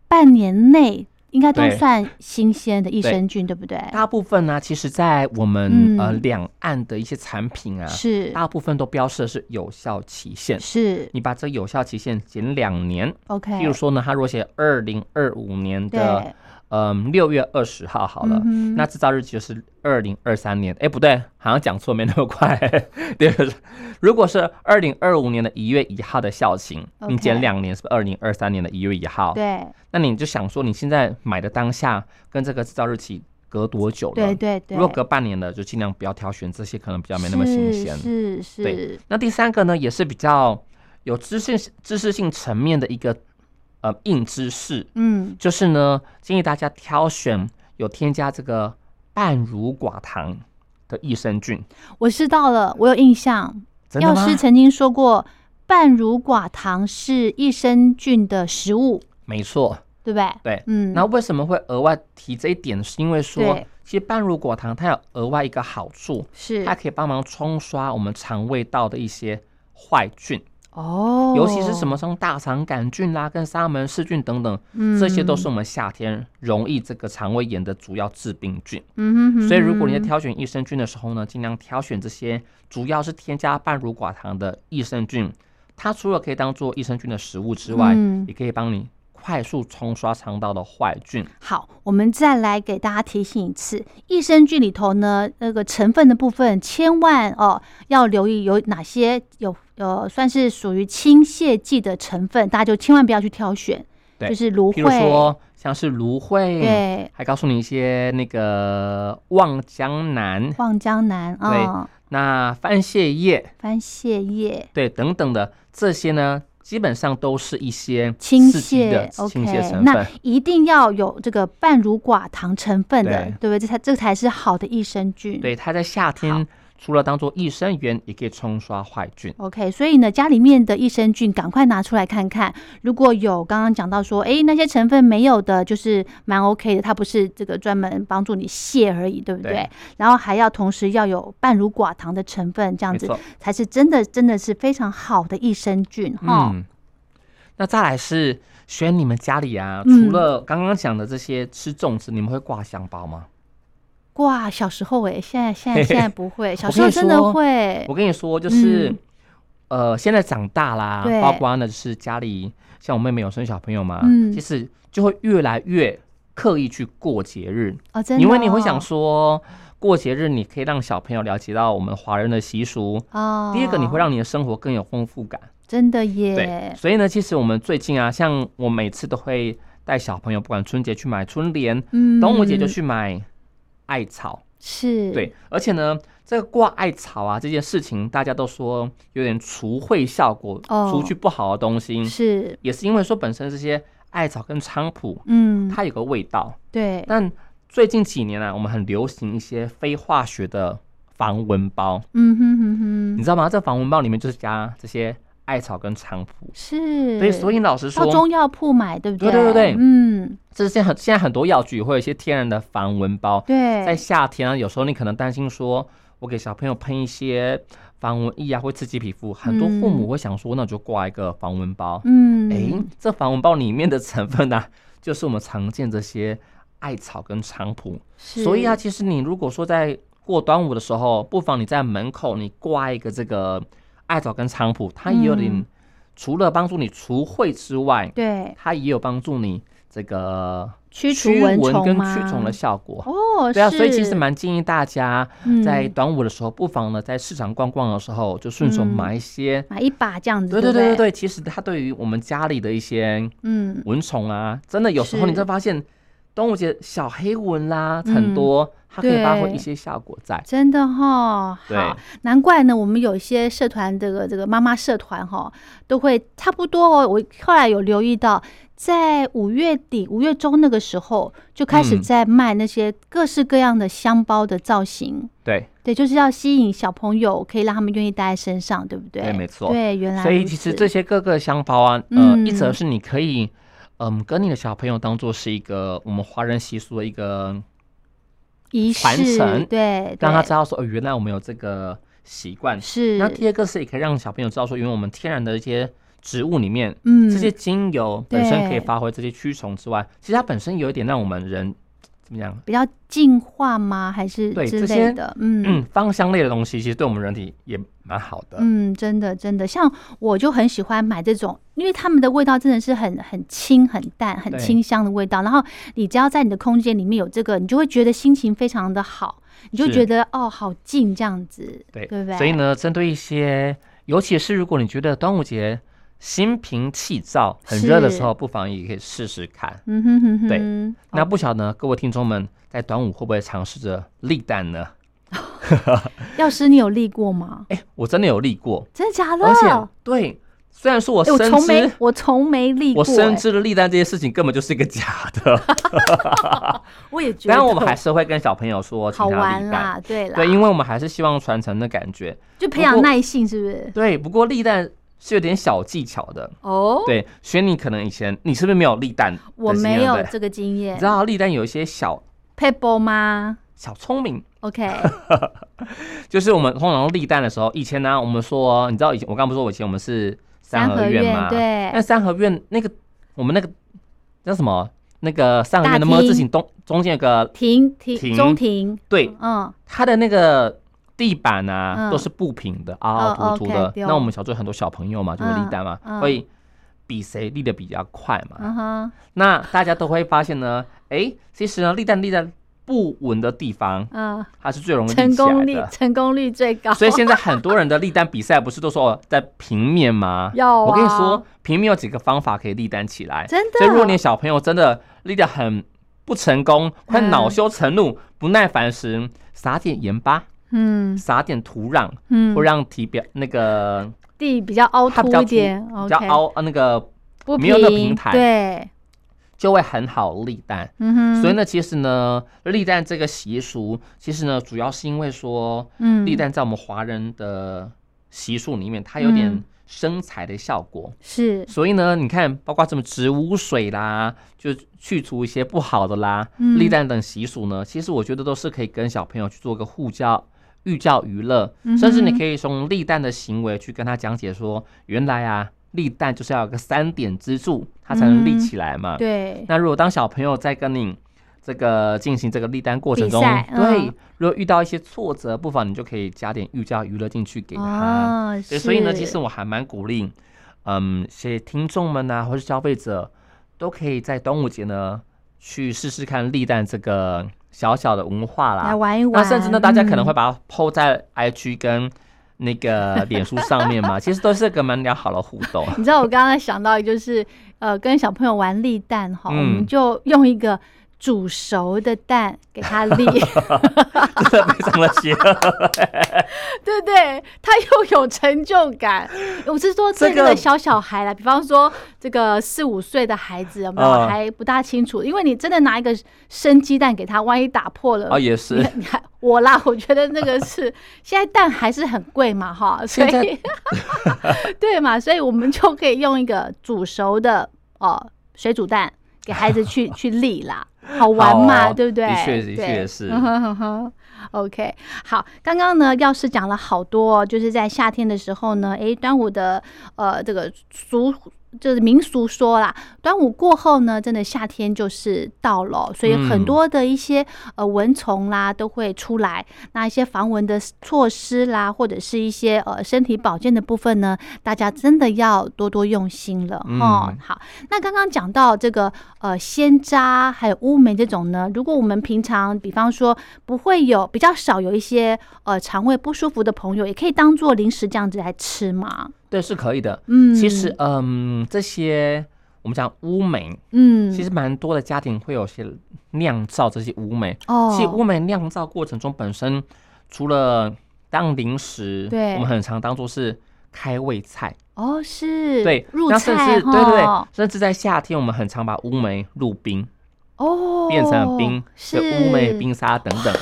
B: 半年内应该都
C: 嗯对
B: 算新鲜的益生菌，对不对？
C: 大部分呢、其实，在我们、
B: 嗯
C: 呃两岸的一些产品啊，
B: 是
C: 大部分都标示的是有效期限。
B: 是
C: 你把这有效期限减两年，
B: ，OK，
C: 比如说呢，它如果写二零二五年的
B: 对，
C: 嗯六、月二十号好了
B: 嗯，哼
C: 那制造日期就是二零二三年。哎，不对，好像讲错，没那么快。 对，如果是二零二五年的一月一号的校庆
B: OK
C: 你减两年是不是二零二三年的一月一号？
B: 对
C: 那你就想说，你现在买的当下跟这个制造日期隔多久了？
B: 对对对，
C: 如果隔半年的，就尽量不要挑选这些可能比较没那么新鲜。
B: 是是
C: 对
B: 是，
C: 那第三个呢，也是比较有知识知识性层面的一个呃硬知识，
B: 嗯，
C: 就是呢，建议大家挑选有添加这个半乳寡糖的益生菌。
B: 我知道了，我有印象，
C: 真的
B: 药
C: 吗
B: 师？曾经说过，半乳寡糖是益生菌的食物，
C: 没错，
B: 对不对？
C: 对。
B: 嗯，
C: 那为什么会额外提这一点？是因为说
B: 对，
C: 其实半乳寡糖它有额外一个好处，
B: 是
C: 它可以帮忙冲刷我们肠胃道的一些坏菌，
B: 哦，
C: 尤其是什么像大肠杆菌啦、跟沙门氏菌等等，
B: 嗯，
C: 这些都是我们夏天容易这个肠胃炎的主要致病菌。
B: 嗯哼哼
C: 所以，如果你在
B: 哼
C: 挑选益生菌的时候呢，尽量挑选这些主要是添加半乳寡糖的益生菌。它除了可以当做益生菌的食物之外，
B: 嗯
C: 也可以帮你快速冲刷肠道的坏菌。
B: 好，我们再来给大家提醒一次，益生菌里头呢，那个成分的部分千万哦要留意有哪些有呃算是属于清泻剂的成分，大家就千万不要去挑选，
C: 对
B: 就是芦
C: 譬如
B: 荟，
C: 说，嗯像是芦荟，
B: 对，
C: 还告诉你一些那个望江 南、
B: 望江南啊、
C: 那番泻叶，
B: 番泻叶，
C: 对，等等的这些呢，基本上都是一些
B: 清
C: 刺激
B: 泻
C: 的清泻
B: ，OK，
C: 成
B: 那
C: 分。
B: 一定要有这个半乳寡糖成分的，
C: 对
B: 对不对？这才这才是好的益生菌。
C: 对，它在夏天除了当做益生元，也可以冲刷坏菌。
B: OK，所以呢，家里面的益生菌赶快拿出来看看。如果有刚刚讲到说，诶，那些成分没有的，就是蛮 OK 的，它不是这个专门帮助你泻而已，对不对？
C: 对
B: 然后还要同时要有半乳寡糖的成分，这样
C: 没
B: 子
C: 错，
B: 才是真的真的是非常好的益生菌哈。
C: 嗯。那再来是选你们家里啊，
B: 嗯
C: 除了刚刚讲的这些吃粽子，你们会挂香包吗？
B: 哇，小时候诶，现在现在现在不会，小
C: 我
B: 时候
C: 跟你
B: 真的
C: 说哦
B: 会
C: 我跟你说，就是、
B: 嗯
C: 呃，现在长大啦
B: 对，
C: 包括呢，就是家里像我妹妹有生小朋友嘛，
B: 嗯
C: 其实就会越来越刻意去过节日。
B: 哦，真的、
C: 因为你会想，说，过节日你可以让小朋友了解到我们华人的习俗。
B: 哦，
C: 第一个，你会让你的生活更有丰富感。
B: 真的
C: 对
B: 耶，，
C: 所以呢，其实我们最近啊，像我每次都会带小朋友，不管春节去买春联，
B: 嗯
C: 端午节就去买艾草。
B: 是，
C: 对，而且呢，这个挂艾草啊这件事情，大家都说有点除秽效果，
B: 哦
C: 除去不好的东西，
B: 是，
C: 也是因为说本身这些艾草跟菖蒲，
B: 嗯，
C: 它有个味道。
B: 对，
C: 但最近几年啊，我们很流行一些非化学的防蚊包，
B: 嗯哼哼哼，
C: 你知道吗？这防蚊包里面就是加这些艾草跟菖蒲。
B: 是，
C: 对，所以老实
B: 到
C: 说，
B: 中药铺买，对不
C: 对
B: 对
C: 对对对
B: 嗯，
C: 这是现在很现在很多药局会有一些天然的防蚊包，
B: 对，
C: 在夏天啊，有时候你可能担心说，我给小朋友喷一些防蚊液啊，会刺激皮肤。很多父母会想说，那我就挂一个防蚊包。
B: 嗯，
C: 诶，这防蚊包里面的成分呢、 就是我们常见这些艾草跟菖蒲。
B: 是，
C: 所以啊，其实你如果说在过端午的时候，不妨你在门口你挂一个这个艾草跟菖蒲，它也有点、
B: 嗯
C: 除了帮助你除秽之外，
B: 对，
C: 它也有帮助你这个
B: 驱除
C: 驱蚊
B: 虫
C: 跟
B: 吗
C: 驱虫的效果。
B: 哦，
C: 对啊，所以其
B: 是
C: 实蛮建议大家在
B: 嗯
C: 端午的时候，不妨呢在市场逛逛的时候，就顺手
B: 嗯
C: 买一些。
B: 买一把这样子，
C: 对
B: 对
C: 对
B: 不
C: 对对，对，其实它对于我们家里的一些
B: 嗯，
C: 蚊虫啊，真的有时候你
B: 是
C: 会发现，端午节小黑蚊啦、
B: 嗯
C: 很多，它可以发挥
B: 对
C: 一些效果在。
B: 真的哈，
C: 对
B: 好，难怪呢。我们有一些社团，这个这个妈妈社团哈，都会差不多哦。我后来有留意到，在五月底、五月中那个时候，就开始
C: 嗯
B: 在卖那些各式各样的香包的造型。
C: 对
B: 对，就是要吸引小朋友，可以让他们愿意戴在身上，对不对？
C: 对没错
B: 对，原来
C: 所以
B: 如
C: 其
B: 此
C: 实这些各个香包啊，呃，
B: 嗯
C: 一则是你可以，嗯，跟你的小朋友当做是一个我们华人习俗的一个，
B: 仪
C: 传
B: 式，
C: 承
B: 对，
C: 让他知
B: 道
C: 道说，哦，原来我们有这个习惯。
B: 是
C: 那第二个是也可以让小朋友知道说，因为我们天然的一些植物里面，
B: 嗯
C: 这些精油本身可以
B: 对
C: 发挥这些驱虫之外，其实它本身有一点让我们人怎么样？
B: 比较进化吗？还是
C: 对
B: 之
C: 这
B: 类
C: 些
B: 的？嗯
C: 嗯，芳香类的东西其实对我们人体也蛮好的。
B: 嗯，真的真的，像我就很喜欢买这种，因为它们的味道真的是很很清、很淡、很
C: 对
B: 清香的味道。然后你只要在你的空间里面有这个，你就会觉得心情非常的好，你就是觉得哦，好静这样子，
C: 对，
B: 对不对？
C: 所以，呢，针对一些，尤其是如果你觉得端午节心平气躁、很热的时候，不妨也可以试试看。
B: 嗯哼哼哼，
C: 对
B: 哦，
C: 那不晓得各位听众们在端午会不会尝试着立蛋呢？
B: 药师，你有立过吗？
C: 哎，我真的有立过，
B: 真的假的？
C: 而且对，虽然说我
B: 哦哎我
C: 深
B: 从没
C: 知。
B: 我从没立过、
C: 我深
B: 哎
C: 知了立蛋这件事情根本就是一个假 的，
B: 我也觉得，
C: 当然我们还是会跟小朋友说，请
B: 好
C: 他
B: 玩
C: 立蛋。
B: 啦，对啦，
C: 对，因为我们还是希望传承的感觉。
B: 就培
C: 不
B: 养
C: 过
B: 耐性，是不是？
C: 对，不过立蛋是有点小技巧的。
B: 哦，
C: 对，所以你可能以前你是不是没有立蛋的经验？
B: 我没
C: 对
B: 有
C: 不对
B: 这个经
C: 你
B: 验
C: 知。道立蛋有一些小
B: Pebble 吗
C: 小聪明，
B: ？OK，
C: 就是我们通常立蛋的时候，以前呢、我们说，你知道以前我刚不是说我以前我们是三合院嘛？。那
B: 对，
C: 三合院那个我们那个叫什么？那个三合院的
B: 大
C: 么
B: 厅
C: 字形东中间有个
B: 停停
C: 停
B: 中庭，
C: 对，
B: 嗯，
C: 它的那个地板啊、
B: 嗯
C: 都是不平的，凹凹凸凸
B: 哦
C: 的。
B: ，OK，对哦
C: 那我们小时候很多小朋友嘛，就会立蛋嘛，
B: 嗯嗯
C: 会比谁立的比较快嘛。
B: 嗯哼，
C: 那大家都会发现呢，诶，其实呢，立蛋立在不稳的地方，
B: 嗯，
C: 它是最容易立
B: 成
C: 起来
B: 功率
C: 的。
B: 成功率最高，
C: 所以现在很多人的立蛋比赛不是都说哦在平面吗？
B: 要啊
C: 我跟你说，平面有几个方法可以立蛋起来。
B: 真的
C: 所以如果你的小朋友真的立得很不成功，快
B: 嗯
C: 恼羞成怒、不耐烦时，撒点盐巴，
B: 嗯
C: 撒点土壤，
B: 嗯
C: 会，让体表那个
B: 地比较凹
C: 它
B: 凸
C: 比较
B: 一点
C: 比
B: ，OK，
C: 较凹呃那个
B: 不
C: 没有那个平台
B: 对，
C: 就会很好立蛋。
B: 嗯哼，
C: 所以呢，其实呢，立蛋这个习俗，其实呢，主要是因为说
B: 嗯，
C: 立蛋在我们华人的习俗里面，它有点
B: 嗯
C: 生财的效果。
B: 是，
C: 所以呢，你看，包括什么植污水啦，就去除一些不好的啦，
B: 嗯
C: 立蛋等习俗呢，其实我觉得都是可以跟小朋友去做个互教。寓教于乐，
B: 嗯哼
C: 甚至你可以从立蛋的行为去跟他讲解说，原来啊，立蛋就是要有个三点支柱，它才能立
B: 嗯
C: 起来嘛。
B: 对，
C: 那如果当小朋友在跟你这个进行这个立单过程中
B: 比赛，
C: 对
B: 嗯，
C: 如果遇到一些挫折，不妨你就可以加点寓教于乐进去给他。
B: 哦
C: 啊对，所以呢，
B: 是
C: 其实我还蛮鼓励，嗯，一些听众们啊呐、或是消费者，都可以在端午节呢去试试看立蛋这个小小的文化啦
B: 来。玩一玩。嗯
C: 那甚至呢，大家可能会把它抛在 IG 跟那个脸书上面嘛，其实都是跟蛮良好的互动。
B: 你知道我刚刚想到就是，呃，跟小朋友玩立蛋哈，
C: 嗯
B: 我们就用一个煮熟的蛋给他立，
C: 真的非常的邪 恶。
B: 对不对？他又有成就 感。我是说
C: 这
B: 这
C: 个
B: 个小小孩啦，比方说这个四五岁的孩子，有没有
C: 嗯
B: 还不大清楚？因为你真的拿一个生鸡蛋给他，万一打破了
C: 哦，。也是
B: 你。你还我啦，我觉得那个是 现在蛋还是很贵嘛，哈，所
C: 现
B: 以 对嘛，所以我们就可以用一个煮熟的哦水煮蛋给孩子去 去立啦，好玩嘛，
C: 好
B: 对不对？
C: 的确的
B: 对
C: 确是
B: 嗯哼哼哼 OK，好，刚刚呢，药师讲了好多、哦，就是在夏天的时候呢，诶，端午的呃这个俗就是民俗说啦，端午过后呢，真的夏天就是到了哦，所以很
C: 嗯
B: 多的一些、呃蚊虫啦都会出来，那一些防蚊的措施啦，或者是一些呃身体保健的部分呢，大家真的要多多用心了哈、
C: 嗯
B: 好，那刚刚讲到这个呃鲜渣还有乌梅这种呢，如果我们平常比方说不会有比较少有一些呃肠胃不舒服的朋友，也可以当做零食这样子来吃嘛。
C: 对，是可以的。
B: 嗯，
C: 其实，嗯，这些我们讲乌梅，
B: 嗯，
C: 其实蛮多的家庭会有些酿造这些乌梅。
B: 哦，
C: 其实乌梅酿造过程中本身，除了当零食，
B: 对
C: 我们很常当做是开胃菜，
B: 哦是
C: 对，
B: 入
C: 那
B: 菜哦
C: 甚至对对对
B: 哈，
C: 甚至在夏天，我们很常把乌梅入冰，
B: 哦
C: 变成冰，
B: 是哎
C: 对乌梅，冰沙等等。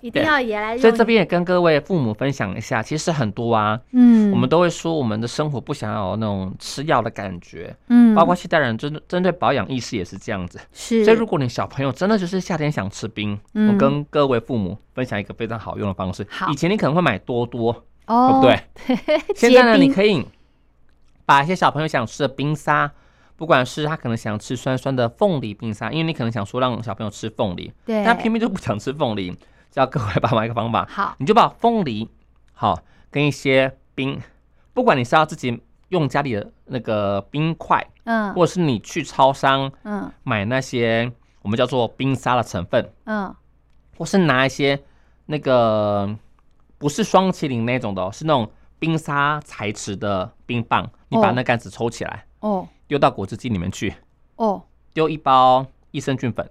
B: 一定
C: 对
B: 要也来用。
C: 所以这边也跟各位父母分享一下，其实很多啊，
B: 嗯，
C: 我们都会说我们的生活不想要有那种吃药的感觉，
B: 嗯，
C: 包括现代人针针对保养意识也是这样子。
B: 是，
C: 所以如果你小朋友真的就是夏天想吃冰，
B: 嗯
C: 我跟各位父母分享一个非常好用的方式
B: 好。
C: 以前你可能会买多多，
B: 哦，
C: 对
B: 对
C: 现在呢
B: 结冰
C: 你可以把一些小朋友想吃的冰沙。不管是他可能想吃酸酸的凤梨冰沙，因为你可能想说让小朋友吃凤梨，
B: 对，
C: 但他偏偏就不想吃凤梨，教各位爸妈一个方法，
B: 好，
C: 你就把凤梨好跟一些冰，不管你是要自己用家里的那个冰块，
B: 嗯
C: 或者是你去超商
B: 嗯
C: 买那些我们叫做冰沙的成分，
B: 嗯，
C: 或是拿一些那个不是双麒麟那种的、哦，是那种冰沙材质的冰棒，你把那杆子抽起来，
B: 哦
C: 丢到果汁机里面去，
B: 哦
C: 丢一包益生菌粉，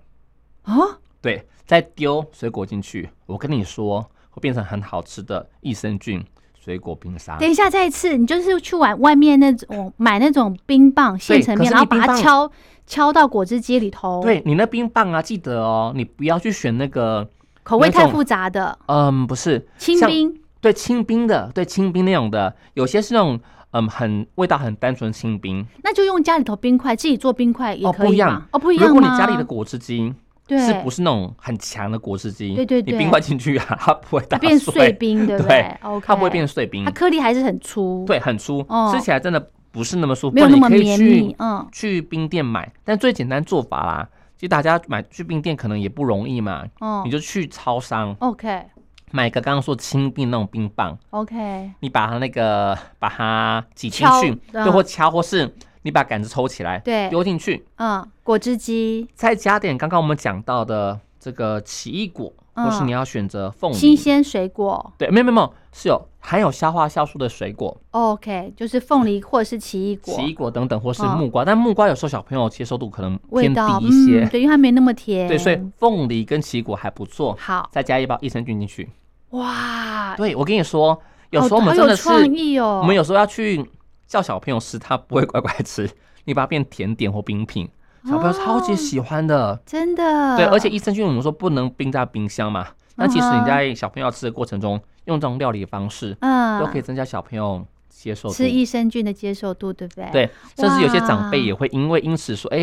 B: 啊，
C: 对，再丢水果进去，我跟你说会变成很好吃的益生菌水果冰沙。
B: 等一下，再一次，你就是去玩外面那种买那种冰棒现成
C: 可
B: 面，
C: 是
B: 然后
C: 你
B: 把
C: 冰
B: 它
C: 棒
B: 敲敲到果汁机里头，，
C: 对你那冰棒啊，记得哦，你不要去选那个，
B: 口味
C: 那
B: 太
C: 种
B: 复杂的
C: 嗯，不是
B: 清
C: 像
B: 冰，
C: 对清冰的，对清冰那种的，有些是那种嗯很味道很单纯清冰，
B: 那就用家里头冰块自己做冰块也
C: 哦
B: 可
C: 不
B: 以
C: 一样
B: 嘛，哦不一样
C: 如果你
B: 吗
C: 家里的果汁机
B: 对
C: 是不是那种很强的果汁机，
B: 对对对
C: 你冰块进去啊，它不会
B: 它
C: 打
B: 变碎
C: 碎，
B: 冰，对不
C: 对
B: ？OK，
C: 它不会变碎冰
B: 它，颗粒还是很粗，，
C: 对，很粗
B: 哦，
C: 吃起来真的不是那么舒服。
B: 没有那么
C: 你可以
B: 绵
C: 去
B: 密，嗯，
C: 去冰店买，但最简单做法啦，其实大家买去冰店可能也不容易嘛，
B: 哦
C: 你就去超商
B: ，OK
C: 买个刚刚说清冰那种冰棒，
B: OK，
C: 你把它那个把它挤进
B: 敲
C: 去，
B: 嗯
C: 对，或敲，或是你把杆子抽起来，
B: 对
C: 丢进去，
B: 嗯，果汁机
C: 再加点刚刚我们讲到的这个奇异果，
B: 嗯
C: 或是你要选择凤梨，
B: 新鲜水果
C: 对，没有没有没有，是有含有消化酵素的水果，
B: ，OK，就是凤梨或者是奇异果，
C: 奇异果等等，或是
B: 嗯
C: 木瓜，但木瓜有时候小朋友接受度可能
B: 味
C: 偏
B: 道
C: 低一些，
B: 嗯，对，因为它没那么甜。
C: 对，所以凤梨跟奇异果还不错，
B: 好
C: 再加一包益生菌进去。
B: 哇，哦
C: 对，我跟你说，有时候
B: 好
C: 我们真的是，
B: 好有创意哦，
C: 我们有时候要去叫小朋友吃，他不会乖乖吃， 你把它变甜点或冰品，
B: 哦
C: 小朋友超级喜欢的。
B: 真的
C: 对，而且益生菌我们说不能冰在冰箱嘛，那其实
B: 嗯嗯哼
C: 你在小朋友吃的过程中，用这种料理方式，
B: 嗯
C: 都可以增加小朋友接受度。
B: 吃益生菌的接受度，对不对？，
C: 对，甚至有些
B: 哇
C: 长辈也会因为因此说，哎、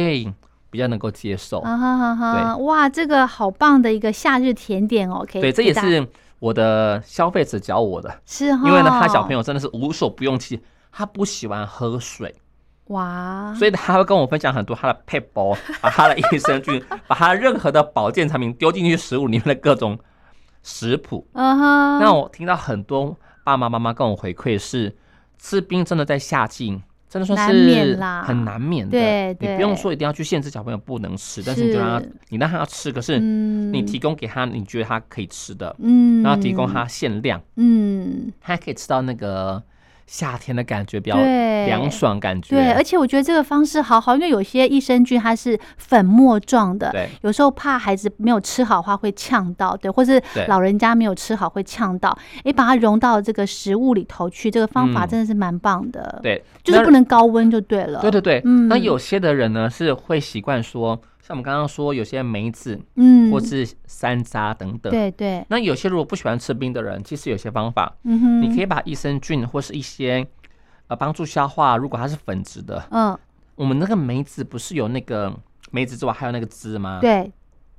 C: 比较能够接受。
B: 啊哈哈哈，哇，这个好棒的一个夏日甜点哦，可以
C: 对，这
B: 给
C: 也
B: 大
C: 是我的消费者教我的，
B: 是哈，
C: 因为呢，他小朋
B: 友
C: 友真的是无所不用其极，他不喜欢喝水，
B: 哇，
C: 所以他会跟我分享很多他的配包，把他的益生菌，把他任何的保健产品丢进去食物里面的各种食谱。
B: 嗯哼，
C: 那我听到很多爸爸妈妈跟我回馈是，吃冰真的在夏季真的说
B: 难
C: 是
B: 免啦
C: 很难免的。
B: 对对
C: 你不用说一定要去限制小朋友不能吃，但是
B: 是
C: 你就让他，你让他吃，可是
B: 嗯
C: 你提供给他你觉得他可以吃的，
B: 嗯，
C: 然后提供他限量，
B: 嗯，
C: 他可以吃到那个夏天的感觉，比较
B: 对，
C: 凉爽感觉。
B: 对，而且我觉得这个方式好好，因为有些益生菌它是粉末状的，
C: 对
B: 有时候怕孩子没有吃好的话会呛到，对，或是
C: 对
B: 老人家没有吃好会呛到，诶，把它融到这个食物里头去，这个方法
C: 嗯
B: 真的是蛮棒的，，
C: 对，
B: 就是
C: 那
B: 不能高温就对了，
C: 对对对，
B: 嗯
C: 那有些的人呢是会习惯说，像我们刚刚说，有些梅子
B: 嗯，
C: 或是山楂等等。
B: 对对，
C: 那有些如果不喜欢吃冰的人，其实有些方法，
B: 嗯哼，
C: 你可以把益生菌或是一些呃帮助消化，如果它是粉质的，
B: 嗯，
C: 我们那个梅子不是有那个梅子之外还有那个汁吗？，
B: 对，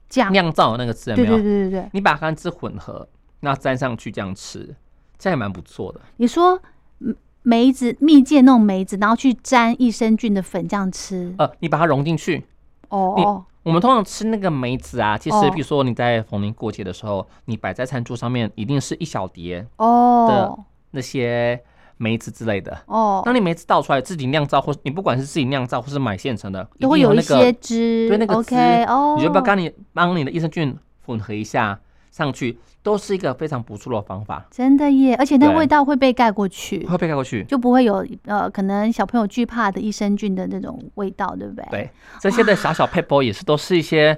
B: 酱，
C: 酿造的那个汁有
B: 对
C: 没
B: 对对
C: 有？
B: 对对，
C: 你把干汁混合，那沾上去这样吃，这样也蛮不错的。
B: 你说嗯梅子蜜饯那种梅子，然后去沾益生菌的粉这样吃，
C: 呃，你把它融进去，
B: 哦
C: 你
B: 哦，
C: 我们通常吃那个梅子啊，其实
B: 哦
C: 比如说你在逢年过节的时候，你摆在餐桌上面，一定是一小碟
B: 哦
C: 那些梅子之类的。
B: 哦，
C: 当你梅子倒出来自己酿造，或你不管是自己酿造或是买现成的，
B: 都
C: 定
B: 会有
C: 有
B: 一
C: 那
B: 些
C: 个，
B: 汁，
C: 对那个
B: OK
C: 汁
B: 哦，
C: 你就把跟你帮你的益生菌混合一下上去，都是一个非常不错的方法。
B: 真的耶，而且那
C: 对
B: 味道会被盖过去，
C: 会被盖过去，
B: 就不会有呃，可能小朋友惧怕的益生菌的那种味道，对不对？
C: 对 这些的小小 p a p e 也是都是一些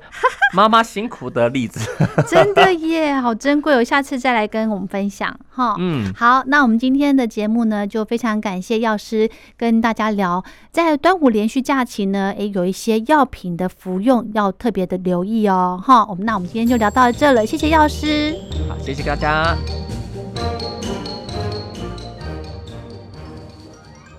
C: 妈妈辛苦的例子。
B: 真的耶，好珍贵哦，下次再来跟我们分享哈。
C: 嗯，
B: 好，那我们今天的节目呢，就非常感谢药师跟大家聊，在端午连续假期呢，诶，有一些药品的服用要特别的留意哦，哈。我们那我们今天就聊到这了，谢谢药师。
C: 好，谢谢大家，